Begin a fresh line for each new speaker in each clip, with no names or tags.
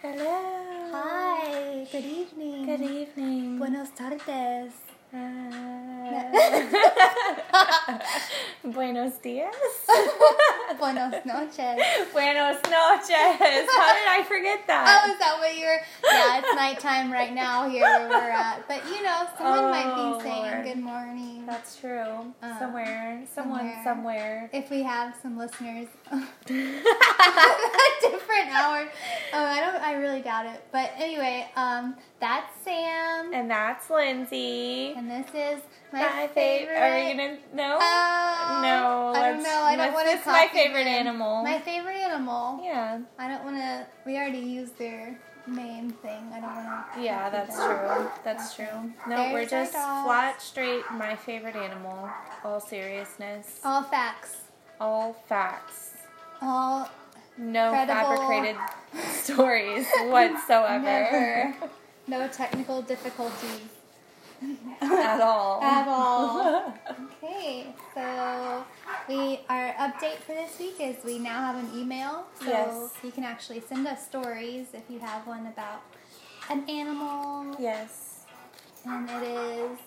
Hello.
Hi. Good evening.
Good evening. Uh,
Buenos tardes.
Ah. Buenos dias.
Buenos noches.
Buenos noches. How did I forget
Oh,
that?
is that what you were? Yeah, it's nighttime right now here where we're at. But you know, someone might
Oh,
be saying
Lord.
good morning.
That's true.
Uh,
somewhere, someone, somewhere.
If we have some listeners, a different hour. Um, I don't. I really doubt it. But anyway, um, that's Sam,
and that's Lindsay.
and this is my,
My favorite.
favorite.
Are we gonna no?
Oh,
no.
I don't
let's-
know. I don't
let's-
want to.
this is my favorite animal.
My favorite animal.
yeah.
I don't want to. We already used their name thing. I don't want to.
Yeah, that's true. That's true. No, we're
There's our
just
dogs.
flat straight my favorite animal. All seriousness.
All facts.
All facts.
All
No
Credible.
fabricated stories whatsoever.
never. No technical difficulties
At all.
at all. okay, so we our update for this week is we now have an email, so
Yes.
you can actually send us stories if you have one about an animal,
yes.
and it is.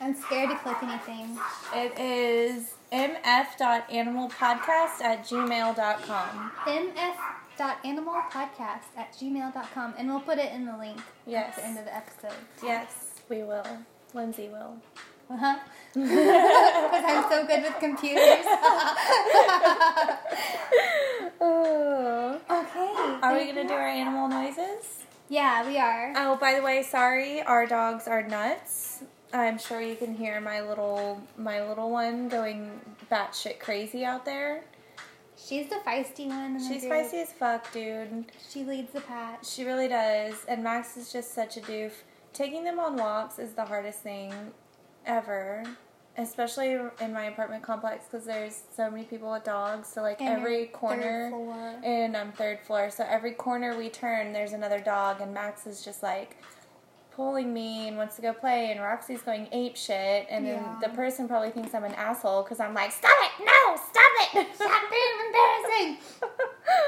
I'm scared to click anything.
It is mf.animalpodcast at gmail.com.
mf.animalpodcast at gmail.com and we'll put it in the link
Yes.
at the end of the episode.
Yes, we will. Lindsay will.
Uh-huh. Because I'm so good with computers.
Oh.
okay.
Are we going to do our animal noises?
Yeah, we are.
Oh, by the way, sorry, our dogs are nuts. I'm sure you can hear my little my little one going batshit crazy out there.
She's the feisty one. In
She's
the group.
spicy as fuck, dude.
She leads the pack.
She really does. And Max is just such a doof. Taking them on walks is the hardest thing ever. Especially in my apartment complex because there's so many people with dogs. So, like,
And
every
her
corner.
third floor.
And I'm third floor. So, every corner we turn, there's another dog. And Max is just like pulling me and wants to go play. And Roxy's going ape shit. And
Yeah.
then the person probably thinks I'm an asshole because I'm like, stop it! No! Stop it!
Stop being embarrassing.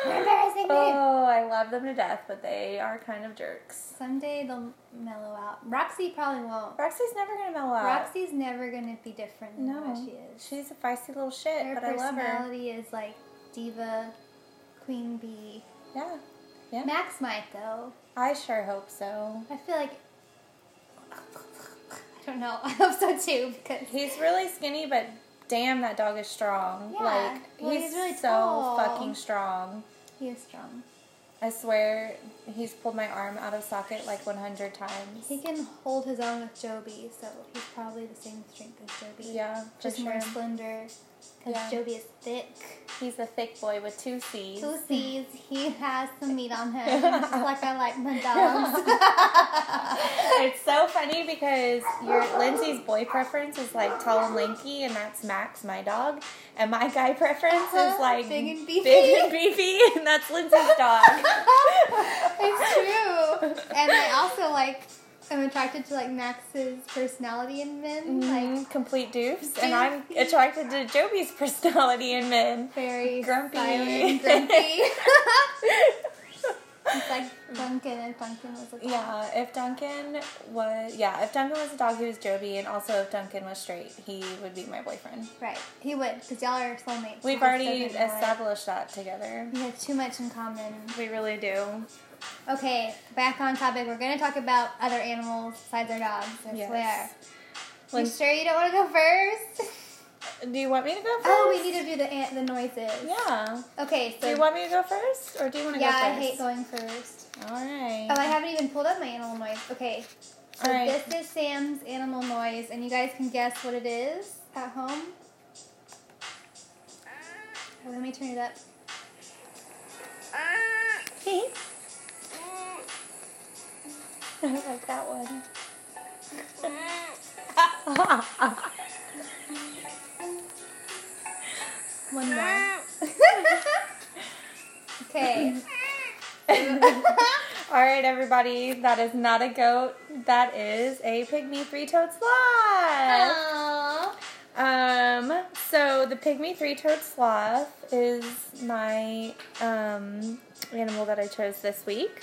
You're embarrassing me.
Oh, I love them to death, but they are kind of jerks.
Someday they'll mellow out. Roxy probably won't.
Roxy's never gonna mellow out.
Roxy's never gonna be different than
Uh, no,
what she is.
she's a feisty little shit,
Her
but I love her.
personality is like diva, queen bee.
Yeah, yeah.
Max might though.
I sure hope so.
I feel like I don't know. I hope so too because
He's really skinny, but damn, that dog is strong.
Yeah.
Like
Well,
he's,
he's really
so
tall.
fucking strong.
he is strong.
I swear, he's pulled my arm out of socket like 100 times.
He can hold his own with Joby, so he's probably the same strength as Joby.
Yeah, for
just more
sure.
slender. Because
Yeah.
Joby is thick.
He's a thick boy with two C's.
Two C's. He has some meat on him, just like I like my dogs.
It's so funny because your Lindsay's boy preference is like tall and lanky, and that's Max, my dog, and my guy preference
Uh-huh,
is like
big and beefy.
big and beefy, and that's Lindsay's dog.
it's true. And I also like. I'm attracted to like Max's personality in men, like
Mm, complete doofs, and I'm
Doofy.
attracted to Joby's personality in men.
very
Grumpy.
silent, grumpy. It's like Duncan, and Duncan was like,
Yeah, if Duncan was yeah, if Duncan was a dog, he was Joby, and also if Duncan was straight, he would be my boyfriend.
Right, he would, because y'all are soulmates.
We've
He just
already
doesn't know it.
established that together.
We have too much in common.
We really do.
Okay, back on topic. We're going to talk about other animals besides our dogs, I
Yes.
swear.
Lin-
you sure you don't want to go first?
Do you want me to go first?
Oh, we need to do the an- the noises.
Yeah.
Okay, so.
Do you want me to go first, or do you want to
yeah, I
go
hate
first?
going first.
All right.
Oh, I haven't even pulled up my animal noise. Okay, so
All right.
this is Sam's animal noise, and you guys can guess what it is at home. Oh, let me turn it up.
I like that one.
One more. okay.
All right, everybody. That is not a goat. That is a pygmy three-toed sloth.
Aww.
Um. So the pygmy three-toed sloth is my um, animal that I chose this week.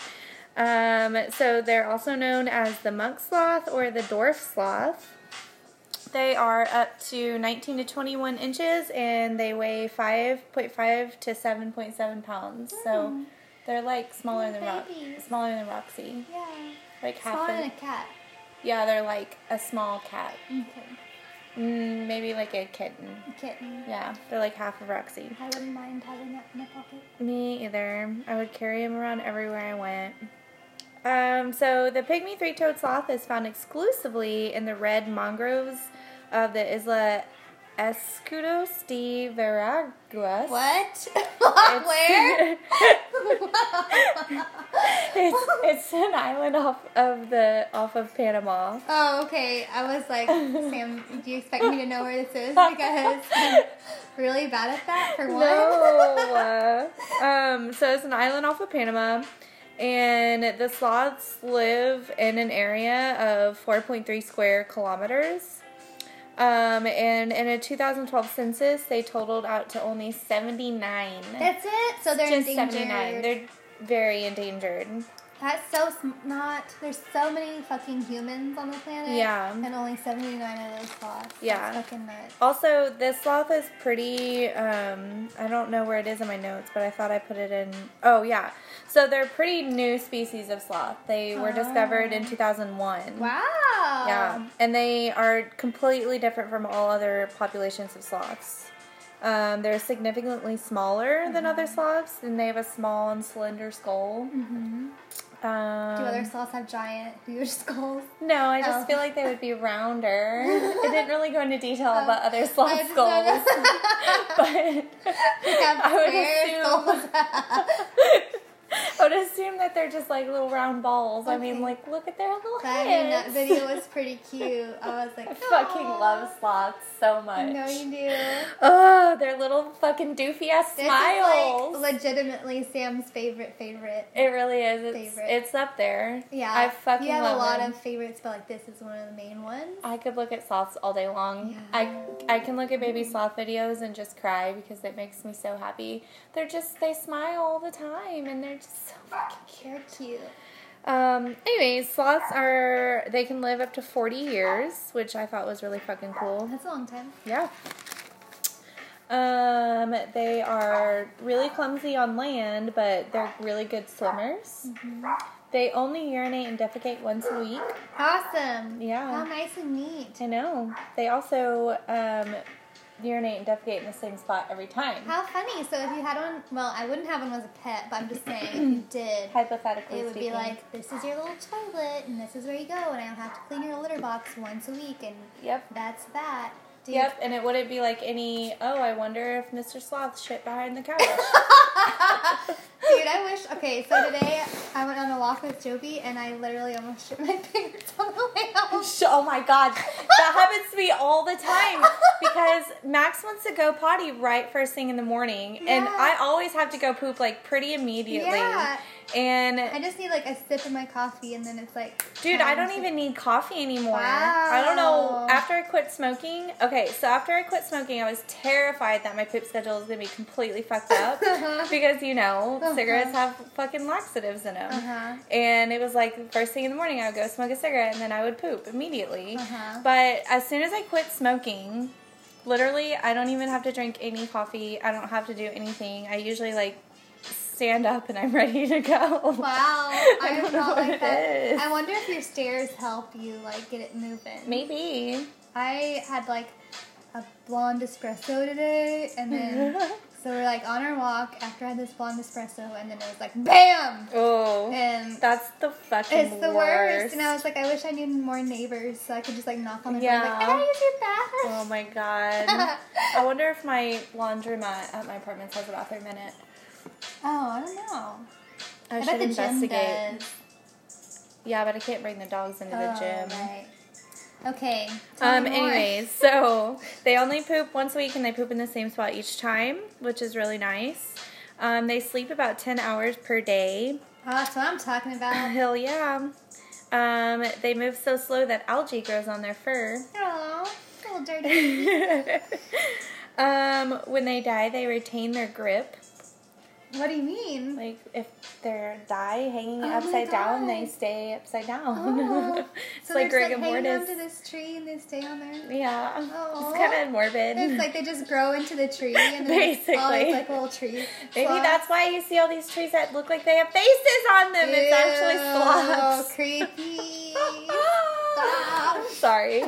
Um, so they're also known as the monk sloth or the dwarf sloth. They are up to 19 to 21 inches and they weigh 5.5 to 7.7 pounds. So they're like smaller
Little
than Rox-
babies.
smaller than Roxy,
Yeah.
like half.
Smaller than
The-
a cat.
yeah, they're like a small cat,
Okay.
mm, maybe like a kitten.
Kitten.
Yeah, they're like half of Roxy.
I wouldn't mind having that in my pocket.
Me either. I would carry him around everywhere I went. Um, so the pygmy three-toed sloth is found exclusively in the red mangroves of the Isla Escudos de Veraguas.
What?
It's-
Where?
it's, it's an island off of the off of Panama.
oh, okay. I was like, Sam, do you expect me to know where this is? Because I'm really bad at that, for one.
No. um, so it's an island off of Panama, and the sloths live in an area of 4.3 square kilometers. Um, and in a 2012 census, they totaled out to only 79.
That's it? So they're
Just
endangered.
79. They're very endangered.
That's so sm- not. There's so many fucking humans on the planet.
Yeah.
And only 79 of those sloths.
Yeah.
That's fucking nuts.
Also, this sloth is pretty. Um, I don't know where it is in my notes, but I thought I put it in. Oh yeah, so they're a pretty new species of sloth. They were discovered in 2001.
Oh. Wow.
Yeah, and they are completely different from all other populations of sloths. Um, they're significantly smaller than
Uh-huh.
other sloths, and they have a small and slender skull.
hmm
Um,
Do other sloths have giant, huge skulls?
no, I just
Oh.
feel like they would be rounder. it didn't really go into detail about other
Oh. I
sloth
just don't know.
skulls, but
They have
I would
square
assume-
skulls.
I would assume that they're just like little round balls. I mean,
Okay.
like look at their little
But I mean, that
heads.
video was pretty cute. I was like,
I fucking
"Aw."
love sloths so much.
No, you do.
Oh, their little fucking doofy ass
This
smiles.
is like legitimately Sam's favorite favorite.
it really is. It's,
favorite.
it's up there.
Yeah,
I fucking
you have
love
a lot
them.
of favorites, but like this is one of the main ones.
I could look at sloths all day long.
Yeah.
I I can look at baby sloth videos and just cry because it makes me so happy. They're just they smile all the time and they're just so fucking cute.
They're cute.
Um, anyways, sloths are they can live up to 40 years, which I thought was really fucking cool.
That's a long time.
Yeah. Um, they are really clumsy on land, but they're really good swimmers.
Mm-hmm.
They only urinate and defecate once a week.
Awesome.
Yeah.
How nice and neat.
I know. They also um, urinate and defecate in the same spot every time.
How funny. So if you had one, well, I wouldn't have one as a pet, but I'm just saying if you did.
Hypothetically
It would
speaking.
be like, this is your little toilet, and this is where you go, and I'll have to clean your litter box once a week, and
Yep.
that's that. Dude,
Yep, and it wouldn't be like any, oh, I wonder if Mr. Sloth shit behind the couch.
Dude, I wish. Okay, so today I went on a walk with Joby, and I literally almost shit my pants on the way out.
Sh- Oh my god, that happens to me all the time because Max wants to go potty right first thing in the morning, and
Yeah.
I always have to go poop like pretty immediately.
Yeah. I
And
just need like a sip of my coffee, and then it's like.
dude, I
time
don't
to-
even need coffee anymore. I don't know.
Wow.
After I quit smoking, okay, so after I quit smoking, I was terrified that my poop schedule was gonna be completely fucked up because you know
Uh-huh.
cigarettes have fucking laxatives in them.
Uh-huh.
And it was like first thing in the morning, I would go smoke a cigarette and then I would poop immediately.
Uh-huh.
But as soon as I quit smoking, literally, I don't even have to drink any coffee. I don't have to do anything. I usually like stand up and I'm ready to go.
Wow,
I
I
don't
am
know
not
what it
like that.
is.
I wonder if your stairs help you like get it moving.
Maybe.
I had like a blonde espresso today, and then so we're like on our walk after I had this blonde espresso, and then it was like bam,
Oh,
and
that's the fucking
it's the worst.
worst.
And I was like, I wish I knew more neighbors so I could just like knock on the door,
Yeah.
and be like, can I use your bathroom?
Oh my god. I wonder if my laundromat at my apartment has a bathroom in it.
oh, I don't know.
I,
I
should
bet the
investigate.
gym does.
Yeah, but I can't bring the dogs into the
Oh,
gym.
right. Okay. tell
Um,
me more.
anyways, so they only poop once a week and they poop in the same spot each time, which is really nice. Um, they sleep about 10 hours per day. Uh,
Oh, that's what I'm talking about.
Hell yeah. Um, they move so slow that algae grows on their fur.
Aw, little dirty.
Um, when they die, they retain their grip.
What do you mean?
Like if their die hanging
Oh my
upside down,
God.
they stay upside down.
Oh.
it's
so
like
they're
rigor
just like hanging
mortis.
onto this tree and they stay on there.
yeah,
Oh.
it's kind of morbid.
It's like they just grow into the tree and then it's all
Basically.
these, like little trees.
Maybe that's why you see all these trees that look like they have faces on them. It's actually sloths.
Oh, creepy.
Ah,
Stop.
Sorry.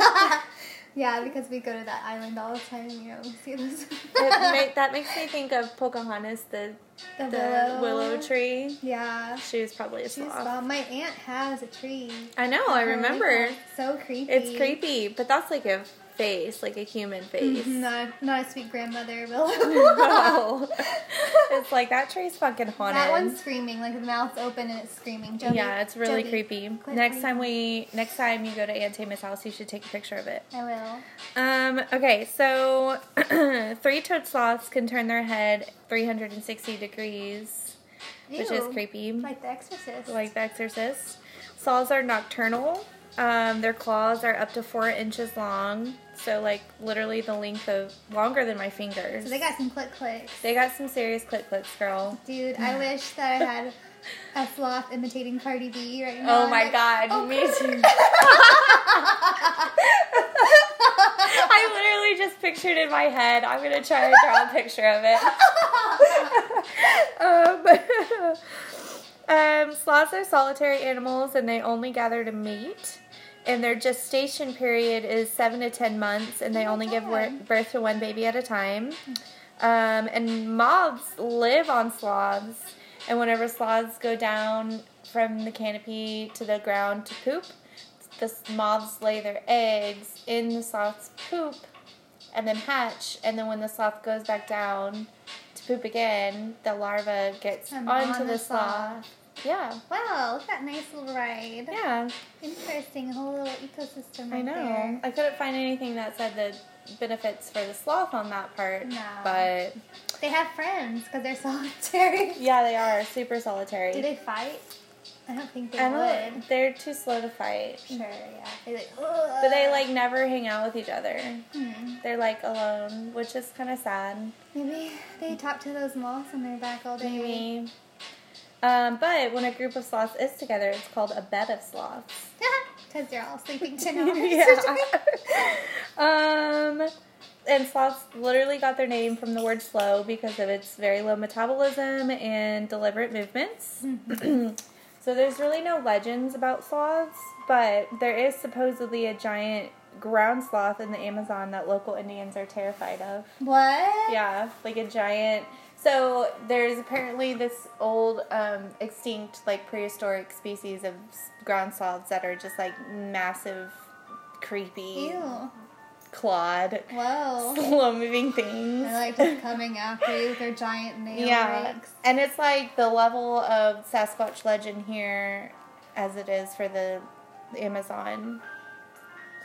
yeah, because we go to that island all the time. You know, we see this.
That ma- that makes me think of Pocahontas, the,
The
the willow tree.
Yeah.
She was probably a
She's
sloth.
wild. My aunt has a tree. Oh
I know, I remember.
So creepy.
It's creepy, but that's like a face, like a human face.
Not a, not a sweet grandmother willow.
No. it's like that tree's fucking haunted.
that one's screaming, like the mouth's open and it's screaming. Jody,
yeah, it's really
Jody.
creepy.
Quit
next time
playing.
we next time you go to Aunt Tammy's house, you should take a picture of it.
I will.
Um, okay, so three toed sloths can turn their head 360 degrees, which is
Ew.
creepy, like,
Like The Exorcist.
the exorcist. Sloths are nocturnal. Um, their claws are up to four inches long, so like literally the length of longer than my fingers.
So they got some click clicks.
They got some serious clip clips, girl.
Dude, I wish that I had a sloth imitating Cardi B right now.
Oh
I'm
my
like,
god,
"Oh,
me too. I literally just pictured in my head. I'm gonna try to draw a picture of it. um, um, sloths are solitary animals and they only gather to mate. And their gestation period is seven to ten months, and they
Oh my
only give wor-
God.
birth to one baby at a time. Um, and moths live on sloths, and whenever sloths go down from the canopy to the ground to poop, the s- moths lay their eggs in the sloth's poop and then hatch. And then when the sloth goes back down to poop again, the larva gets
I'm
onto
on
the
the
sloth.
sloth.
Yeah,
Wow, look at that nice little ride.
yeah,
Interesting, a whole little ecosystem
I
right
know.
there.
I couldn't find anything that said the benefits for the sloth on that part,
No.
but
They have friends because they're solitary.
yeah, they are super solitary.
Do they fight? I don't think they
I
would.
don't, they're too slow to fight.
Sure, yeah. They like. Ugh.
But they like never hang out with each other.
Hmm.
They're like alone, which is kind of sad.
Maybe they talk to those moths and they're back all day.
Maybe. Um, but when a group of sloths is together, it's called a bed of sloths.
Because they're all sleeping tonight.
yeah. um, and sloths literally got their name from the word slow because of its very low metabolism and deliberate movements. so there's really no legends about sloths, but there is supposedly a giant ground sloth in the Amazon that local Indians are terrified of.
What?
Yeah, like a giant. So there's apparently this old um, extinct, like prehistoric species of s- ground sloths that are just like massive, creepy,
Ew.
clawed,
Whoa.
slow moving things.
They're like just coming after you with their giant nail
yeah,
rakes.
and it's like the level of Sasquatch legend here, as it is for the Amazon.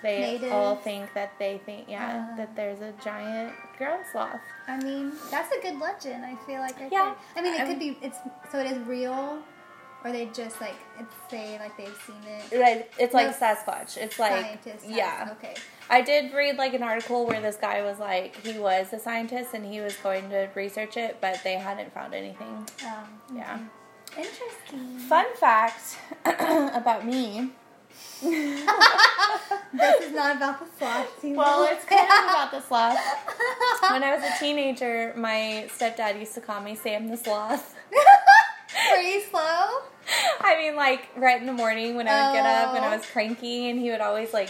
They
Natives.
all think that they think yeah
Ah.
that there's a giant ground sloth.
I mean, that's a good legend. I feel like. Right
Yeah.
There. I mean, it
I'm-
could be. It's so it is real, or they just like it's say like they've seen it.
Like it's like
No,
Sasquatch. It's like
Scientists. have-
yeah.
Okay.
I did read like an article where this guy was like he was a scientist and he was going to research it, but they hadn't found anything.
Um,
Yeah.
Interesting.
Fun fact about me.
This is not about the sloths. You
Well,
know?
it's kind of about the sloth. When I was a teenager, my stepdad used to call me Sam the Sloth.
Were you slow?
I mean, like right in the morning when I would get up and I
Oh.
was cranky, and he would always like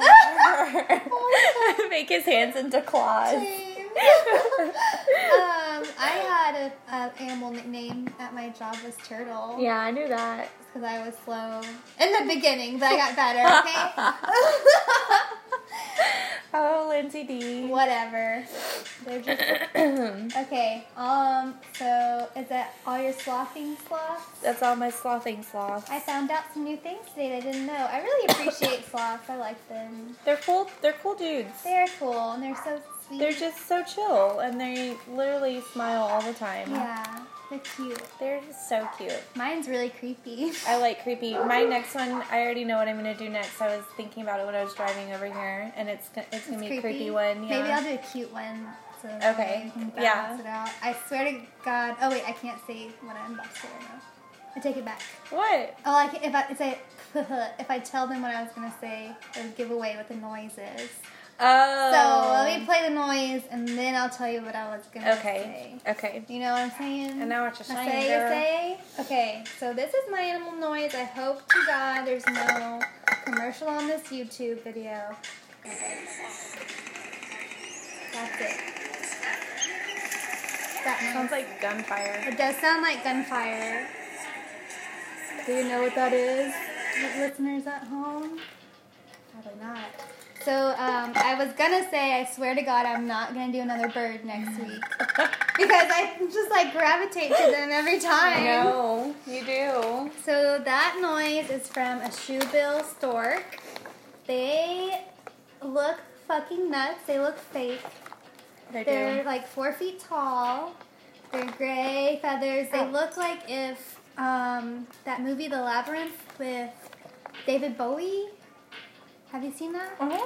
Oh
make his hands into claws.
Same. um, I had a, a animal nickname at my job was turtle.
Yeah, I knew that.
because I was slow in the beginning, but I got better.
Oh, Lindsay D.
Okay, whatever. They're just okay. Um, so is that all your slothing sloths?
That's all my slothing sloths.
I found out some new things today that I didn't know. I really appreciate sloths. I like them.
They're cool. They're cool dudes.
They're cool and they're so sweet.
They're just so chill, and they literally smile all the time.
yeah. They're cute.
They're just so cute.
Mine's really creepy.
I like creepy. My next one, I already know what I'm gonna do next. I was thinking about it when I was driving over here, and it's go- it's gonna be a creepy one. Yeah.
Maybe I'll do a cute one. So that
Okay,
I can
yeah.
balance It out. I swear to God. Oh wait, I can't say what I unboxed it right now. I take it back.
what?
Oh, I can, if I if I, if I tell them what I was gonna say, it would give away what the noise is. So
Oh.
let me play the noise, and then I'll tell you what I was gonna
Okay.
say.
Okay.
You know what I'm saying?
I know what you're
I
saying,
say, you
girl.
say. Okay, so this is my animal noise. I hope to God there's no commercial on this YouTube video. That's it. That noise.
Sounds like gunfire.
It does sound like gunfire. Do you know what that is, li- listeners at home? Probably not. So um, I was gonna say, I swear to God, I'm not gonna do another bird next week because I just like gravitate to them every time.
know you do.
So that noise is from a shoebill stork. They look fucking nuts. They look fake.
They
They're
do.
like four feet tall. They're gray feathers. They
Ow.
look like if um, that movie The Labyrinth with David Bowie. Have you seen that?
Uh-huh.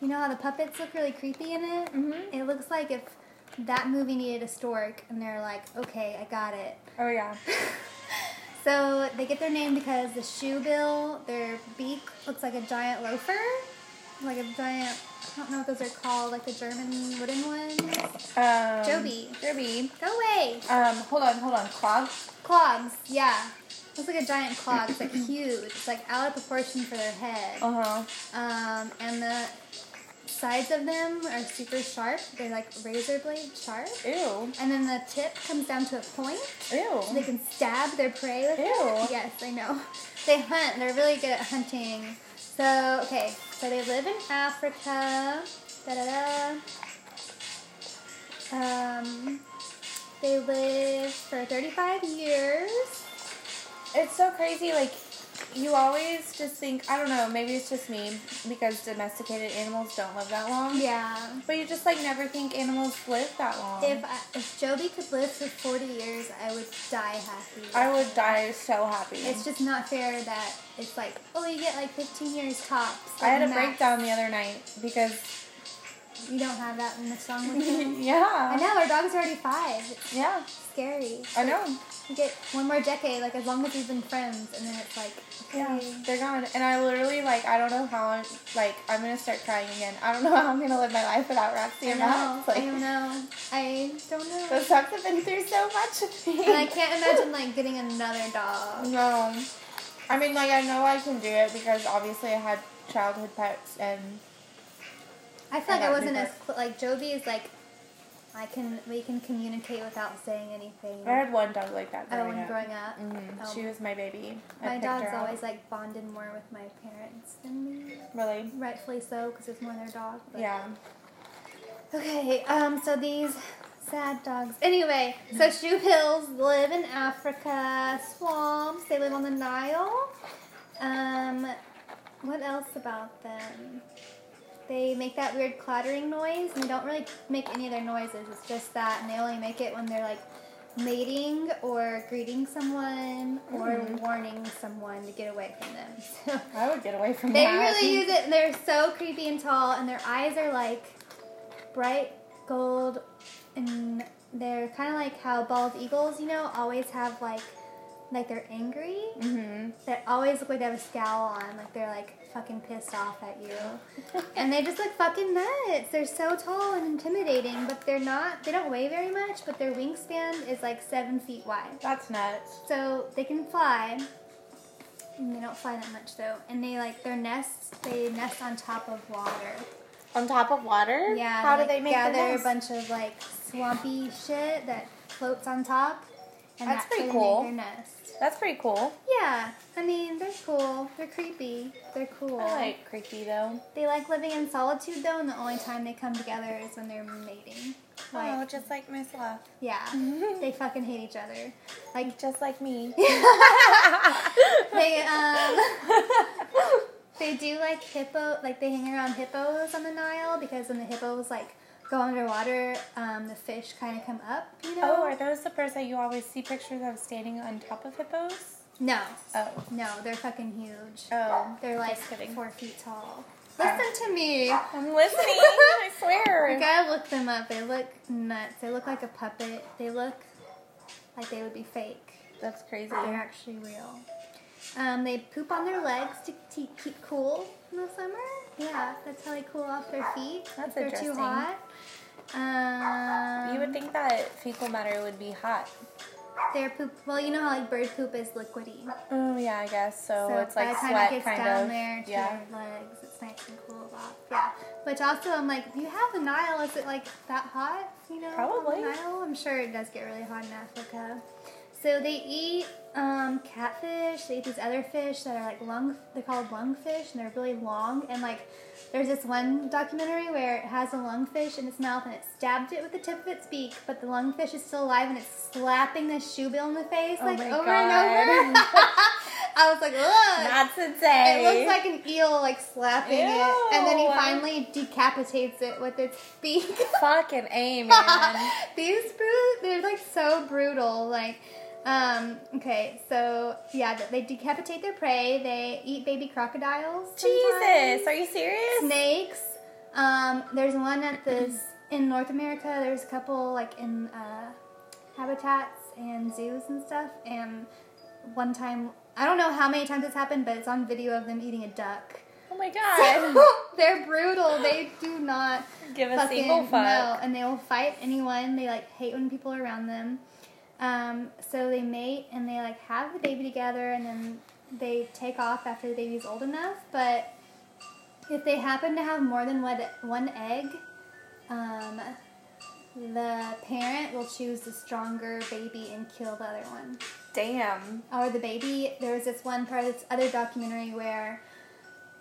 You know how the puppets look really creepy in it?
Mhm.
It looks like if that movie needed a stork and they're like, okay, I got it.
Oh yeah.
So they get their name because the shoe bill, their beak looks like a giant loafer, like a giant. I don't know what those are called, like the German wooden ones.
Um,
Joby.
Joby.
Go away,
Um, hold on, hold on. Clog.
clogs. Yeah, looks like a giant clog. It's like huge. It's like out of proportion for their head.
Uh huh.
Um, and the sides of them are super sharp. They're like razor blade sharp.
Ew.
And then the tip comes down to a point. They
Ew.
can stab their prey with it.
Ew.
Yes, I know. They hunt. They're really good at hunting. So okay, so they live in Africa. Da da da. Um, they live for 35 years.
It's so crazy. Like you always just think. I don't know. Maybe it's just me because domesticated animals don't live that long.
Yeah.
But you just like never think animals live that long.
If I, if Joby could live for 40 years, I would die happy.
I would die so happy.
It's just not fair that it's like, oh, you get like 15 years tops.
I had a
like max.
breakdown the other night because
You don't have that in the song with you. I
yeah,
know our dog's already five. It's
yeah,
scary.
I know.
You get one more decade, like as long as we've been friends, and then it's like,
Yeah,
okay.
they're gone, and I literally like I don't know how I'm like I'm gonna start crying again. I don't know how I'm gonna live my life without Roxy
I
and
know.
Max.
I
Like
don't know. I don't
those
know.
dogs have been through so much with me.
And I can't imagine like getting another dog.
No, Um, I mean like I know I can do it because obviously I had childhood pets and
I feel like I
got
wasn't as
regrets.
cl- like Joby is like, I can we can communicate without saying anything.
I had one dog like that
Oh,
growing
when
up.
growing up,
Mhm.
Oh.
She was my baby. I
my
picked
dog's
her out.
always like bonded more with my parents than me.
really
Rightfully so, because it's more their dog. but-
yeah.
Okay, um, so these sad dogs. Anyway, so shoe hills live in Africa, swamps, they live on the Nile. Um, what else about them? They make that weird clattering noise, and they don't really make any other noises. It's just that, and they only make it when they're like mating or greeting someone or warning someone to get away from them. So
I would get away from
they
that.
really use it, and they're so creepy and tall, and their eyes are like bright gold, and they're kind of like how bald eagles, you know, always have like like they're angry.
Mm-hmm.
They always look like they have a scowl on, like they're like fucking pissed off at you, and they just look fucking nuts. They're so tall and intimidating, but they're not. They don't weigh very much, but their wingspan is like seven feet wide.
That's nuts.
So they can fly. And they don't fly that much though. And they like their nests. They nest on top of water.
On top of water?
Yeah.
How do
like,
they make
gather
their
a
nest?
bunch of like swampy shit that floats on top? And
That's
where
pretty
they make
cool.
Their nest.
That's pretty cool.
Yeah. I mean, they're cool. They're creepy. They're cool.
I like creepy though.
They like living in solitude though, and the only time they come together is when they're mating. Like,
oh, just like myself.
yeah, they fucking hate each other. Like
Just like me.
they um they do like hippo like they hang around hippos on the Nile because when the hippos like go underwater, um, the fish kind of come up, you know?
Oh, are those the birds that you always see pictures of standing on top of hippos?
no,
Oh.
no, they're fucking huge.
Oh.
They're like
Just kidding.
four feet tall. Listen to me.
I'm listening, I
You
swear.
gotta look them up. They look nuts. They look like a puppet. They look like they would be fake.
That's crazy.
They're actually real. Um, they poop on their legs to, to keep cool in the summer. Yeah, that's how they cool off their feet
That's
if they're
interesting.
too hot. Um,
You would think that fecal matter would be hot.
their poop. Well, you know how like bird poop is liquidy,
Oh yeah, I guess so.
so
it's like
by the time
sweat,
it gets
kind
down
of.
there to
yeah.
their legs, it's nice and cool off. Yeah, which also I'm like, do you have the Nile? Is it like that hot? You know, on
Probably.
The Nile? I'm sure it does get really hot in Africa. So they eat um, catfish. They eat these other fish that are like lung. They're called lungfish, and they're really long. And like, there's this one documentary where it has a lungfish in its mouth, and it stabbed it with the tip of its beak, but the lungfish is still alive, and it's slapping the shoe bill in the face
Oh
like
my
over and
God.
over. I was like, look.
Not today.
It looks like an eel, like slapping it, and then he
Ew.
finally decapitates it with its beak.
fucking A, man.
These brute, they're like so brutal. Like, um, okay, so yeah, th- they decapitate their prey. They eat baby crocodiles. sometimes,
Jesus, are you serious?
Snakes. Um, there's one at this in North America. There's a couple like in uh, habitats and zoos and stuff. And one time, I don't know how many times it's happened, but it's on video of them eating a duck.
Oh my god.
They're brutal. They do not
Give a
fucking
single
know,
fuck.
and they will fight anyone. They like hate when people are around them. Um, so they mate and they like have the baby together, and then they take off after the baby's old enough. But if they happen to have more than one one egg, um, the parent will choose the stronger baby and kill the other one
Damn.
or the baby. There was this one part of this other documentary where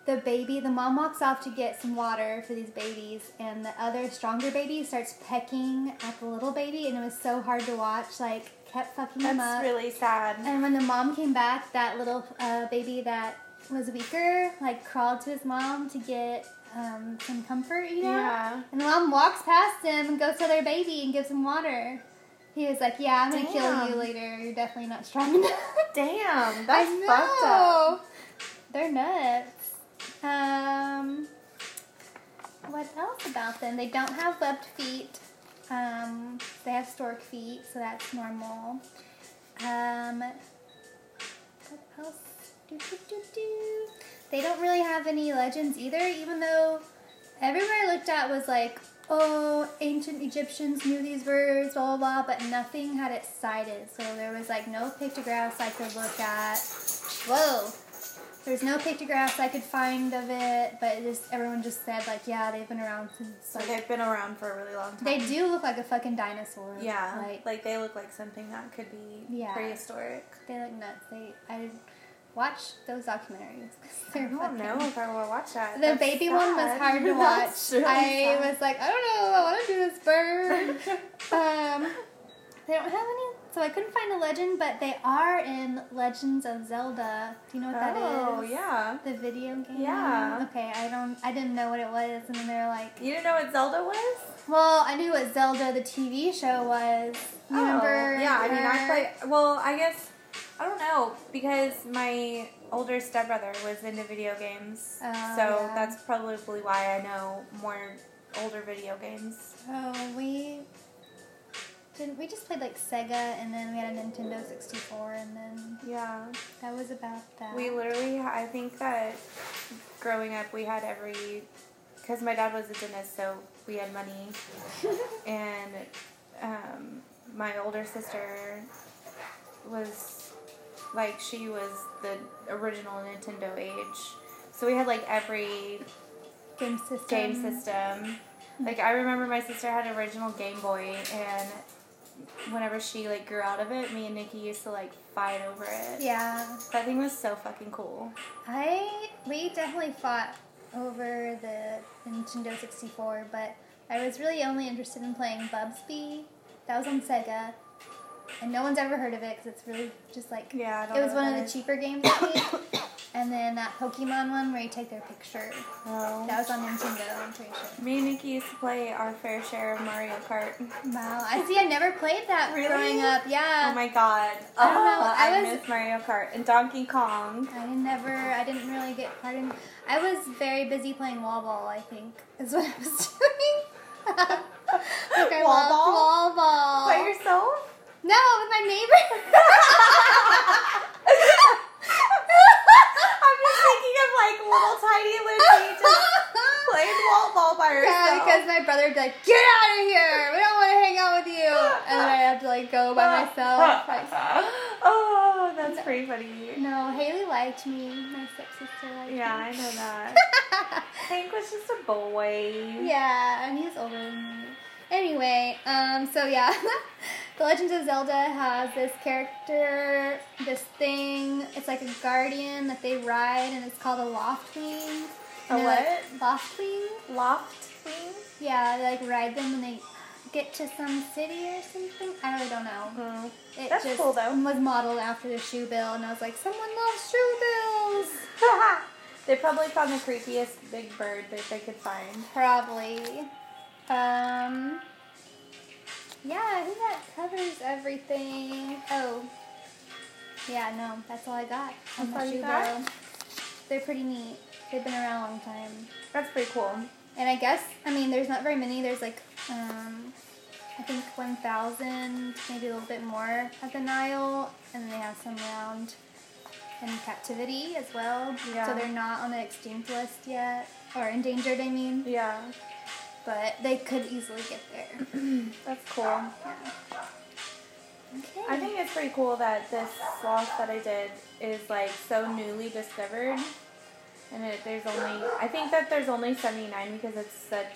the baby, the mom walks off to get some water for these babies, and the other stronger baby starts pecking at the little baby, and it was so hard to watch. Like, kept fucking him up.
That's really sad.
And when the mom came back, that little uh, baby that was weaker, like, crawled to his mom to get um, some comfort, you know?
Yeah.
And the mom walks past him and goes to their baby and gives him water. He was like, Yeah, I'm gonna kill
Damn.
you later. You're definitely not strong enough.
Damn,
I
that's fucked up.
know. They're nuts. Um, what else about them? They don't have webbed feet. Um, they have stork feet, so that's normal. Um, what else? Do, do, do, do. They don't really have any legends either, even though everywhere I looked at was like, oh, ancient Egyptians knew these words, blah, blah, blah, but nothing had it cited. So there was like no pictographs I could look at. Whoa! There's no pictographs I could find of it, but it just everyone just said like, yeah, they've been around since.
So
Like,
they've been around for a really long time.
they do look like a fucking dinosaur.
Yeah,
Like,
like, they look like something that could be
Yeah.
prehistoric.
they look nuts. They I watch those documentaries. 'cause They're
I don't
fucking-
know if I will watch that.
The
That's
baby one was
sad.
hard to
That's
watch.
really
I
sad.
was like, I don't know, I want to do this bird. um, they don't have any, so I couldn't find a legend, but they are in Legends of Zelda. Do you know what that is?
Oh yeah.
The video game.
Yeah.
Okay, I don't, I didn't know what it was, and then they're like,
You didn't know what Zelda was?
well, I knew what Zelda the TV show was. You remember?
Oh, yeah, I mean, I
her?
played. Well, I guess I don't know because my older stepbrother was into video games,
Oh,
so
yeah.
that's probably why I know more older video games.
Oh, we didn't. We just played like Sega, and then we had a Nintendo 64, and then
Yeah,
that was about that.
we literally. I think that growing up, we had every because my dad was a dentist, so we had money, and um, my older sister was like she was the original Nintendo age. So we had like every
game system.
game system. Like I remember my sister had an original Game Boy and whenever she like grew out of it, me and Nikki used to like fight over it.
Yeah,
That thing was so fucking cool.
I we definitely fought over the Nintendo 64, but I was really only interested in playing Bubsby. That was on Sega, and no one's ever heard of it because it's really just like
Yeah, I don't
it was
know what
one
that
of the
is.
cheaper games. I think. And then that Pokemon one where you take their picture.
Oh.
That was on Nintendo, I'm pretty sure.
Me and Nikki used to play our fair share of Mario Kart.
Uh, Wow. I see I never played that
Really?
growing up. Yeah.
Oh my god.
I don't know,
Oh,
I
I,
was-
miss Mario Kart and Donkey Kong.
I never, I didn't really get part in. I was very busy playing wall ball. I think is what I was doing. like I
Wall
loved
ball?
Wall ball.
By yourself?
no, with my neighbor.
I'm just thinking of like little tiny Lucy just playing wall ball by
yeah,
herself.
because my brother would be like, "Get out of here! We don't want to hang out with you." And then I have to like go by myself. Like,
oh, that's pretty funny.
no, Haley liked me. My stepsister liked
Yeah,
me.
I know that. Hank was just a boy.
Yeah, and he's older than me. Anyway, um, so yeah, The Legend of Zelda has this character, this thing. It's like a guardian that they ride, and it's called a Loftwing.
A
And they're Like, Loftwing.
Loft thing?
Yeah, they like ride them when they get to some city or something. I really don't know.
Mm.
It
That's
just
cool, though.
Was modeled after the shoe bill, and I was like, someone loves shoe bills.
they probably found the creepiest big bird that they could find.
Probably. Um. Yeah, I think that covers everything. Oh. Yeah, no, that's all I got. on
That's all you
Shoe
got?
Bill. They're pretty neat. They've been around a long time.
That's pretty cool.
And I guess, I mean, there's not very many. There's like, um, I think 1,000, maybe a little bit more at the Nile. And then they have some around in captivity as well.
Yeah.
So they're not on the extinct list yet. Or endangered, I mean.
Yeah,
But they could easily get there.
that's cool.
Okay.
I think it's pretty cool that this sloth that I did is like so newly discovered, and it, there's only I think that there's only 79 because it's such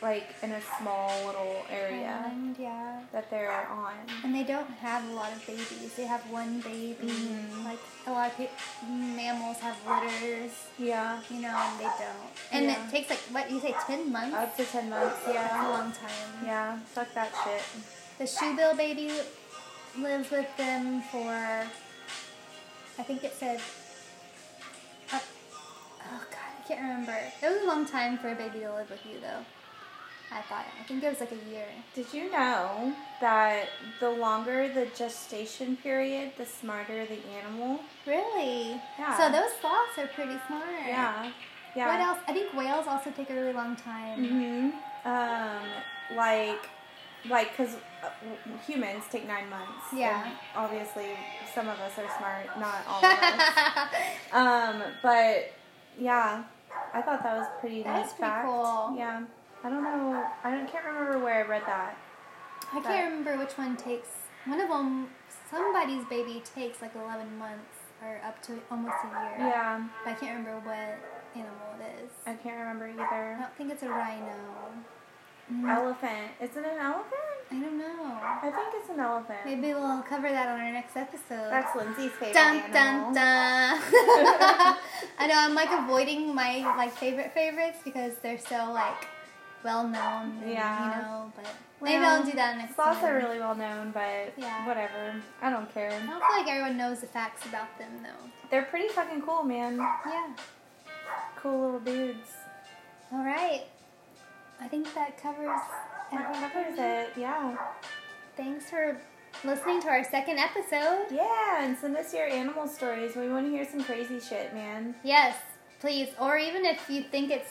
like in a small little area
And, yeah.
that they're on.
And they don't have a lot of babies. They have one baby.
Mm-hmm.
Like a lot of pe- mammals have litters,
Yeah,
you know, and they don't. And
Yeah.
it takes like what you say, ten months.
up to 10 months.
That's a
Yeah,
long time.
yeah, fuck that shit.
The shoebill baby lives with them for, I think it said, uh, oh god, I can't remember. It was a long time for a baby to live with you though. I thought. I think it was like a year.
Did you know that the longer the gestation period, the smarter the animal?
Really?
Yeah.
So those sloths are pretty smart.
Yeah. Yeah.
What else? I think whales also take a really long time.
hmm Um, like, like, because humans take nine months.
Yeah.
and obviously, some of us are smart, not all of us. um, but, yeah, I thought that was pretty
That's
nice
pretty
fact.
cool.
Yeah. I don't know. I don't, can't remember where I read that.
I can't remember which one takes. One of them, somebody's baby takes like 11 months or up to almost a year.
Yeah.
But I can't remember what animal it is.
I can't remember
I
either.
don't think it's a rhino. Oh. Mm,
Elephant. Is it an elephant?
I don't know.
I think it's an elephant.
Maybe we'll cover that on our next episode.
That's Lindsay's favorite
dun
animal.
dun dun. I know I'm like avoiding my like favorite favorites because they're so like well known. and,
Yeah.
You know, but maybe
Well,
I'll do that next
Sloths
time.
are really well known, but
Yeah.
whatever. I don't
I
care.
don't feel like everyone knows the facts about them though.
They're pretty fucking cool, man.
Yeah.
Cool little dudes.
All right. I think that covers
That
everything.
covers it. Yeah.
Thanks for listening to our second episode.
Yeah, and send us your animal stories. We want to hear some crazy shit, man.
Yes, please. Or even if you think it's,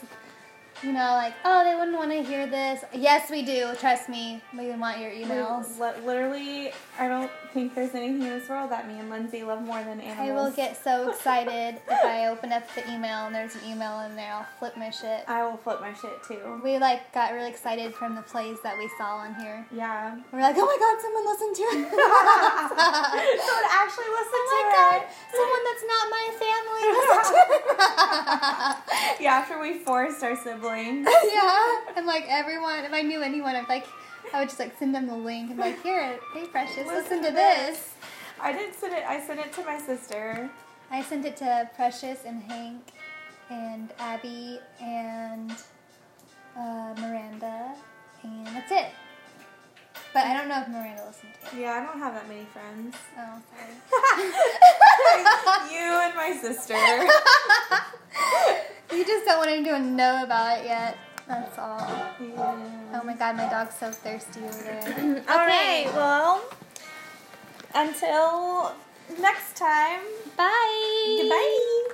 you know, like, oh, they wouldn't want to hear this. Yes, we do. Trust me. We want your
We
emails.
li- literally, I don't think there's anything in this world that me and Lindsay love more than
I
animals.
will get so excited if I open up the email and there's an email in there. I'll flip my shit.
I will flip my shit too.
We like got really excited from the plays that we saw on here.
Yeah.
We're like, oh my god, someone listened to it.
Someone actually listen
Oh my
to
god,
it.
someone that's not my family listened to it.
Yeah, after we forced our siblings.
yeah, and like everyone, if I knew anyone, I'd like, I would just like send them the link and like, here, hey precious, listen, to this.
I did send it. I sent it to my sister.
I sent it to Precious and Hank and Abby and uh, Miranda, and that's it. But I don't know if Miranda listened to it.
Yeah, I don't have that many friends.
Oh, sorry.
you and my sister.
You just don't want anyone to know about it yet. That's all.
Yeah.
Oh my god, my dog's so thirsty over there.
All right, well, until next time,
Bye.
goodbye.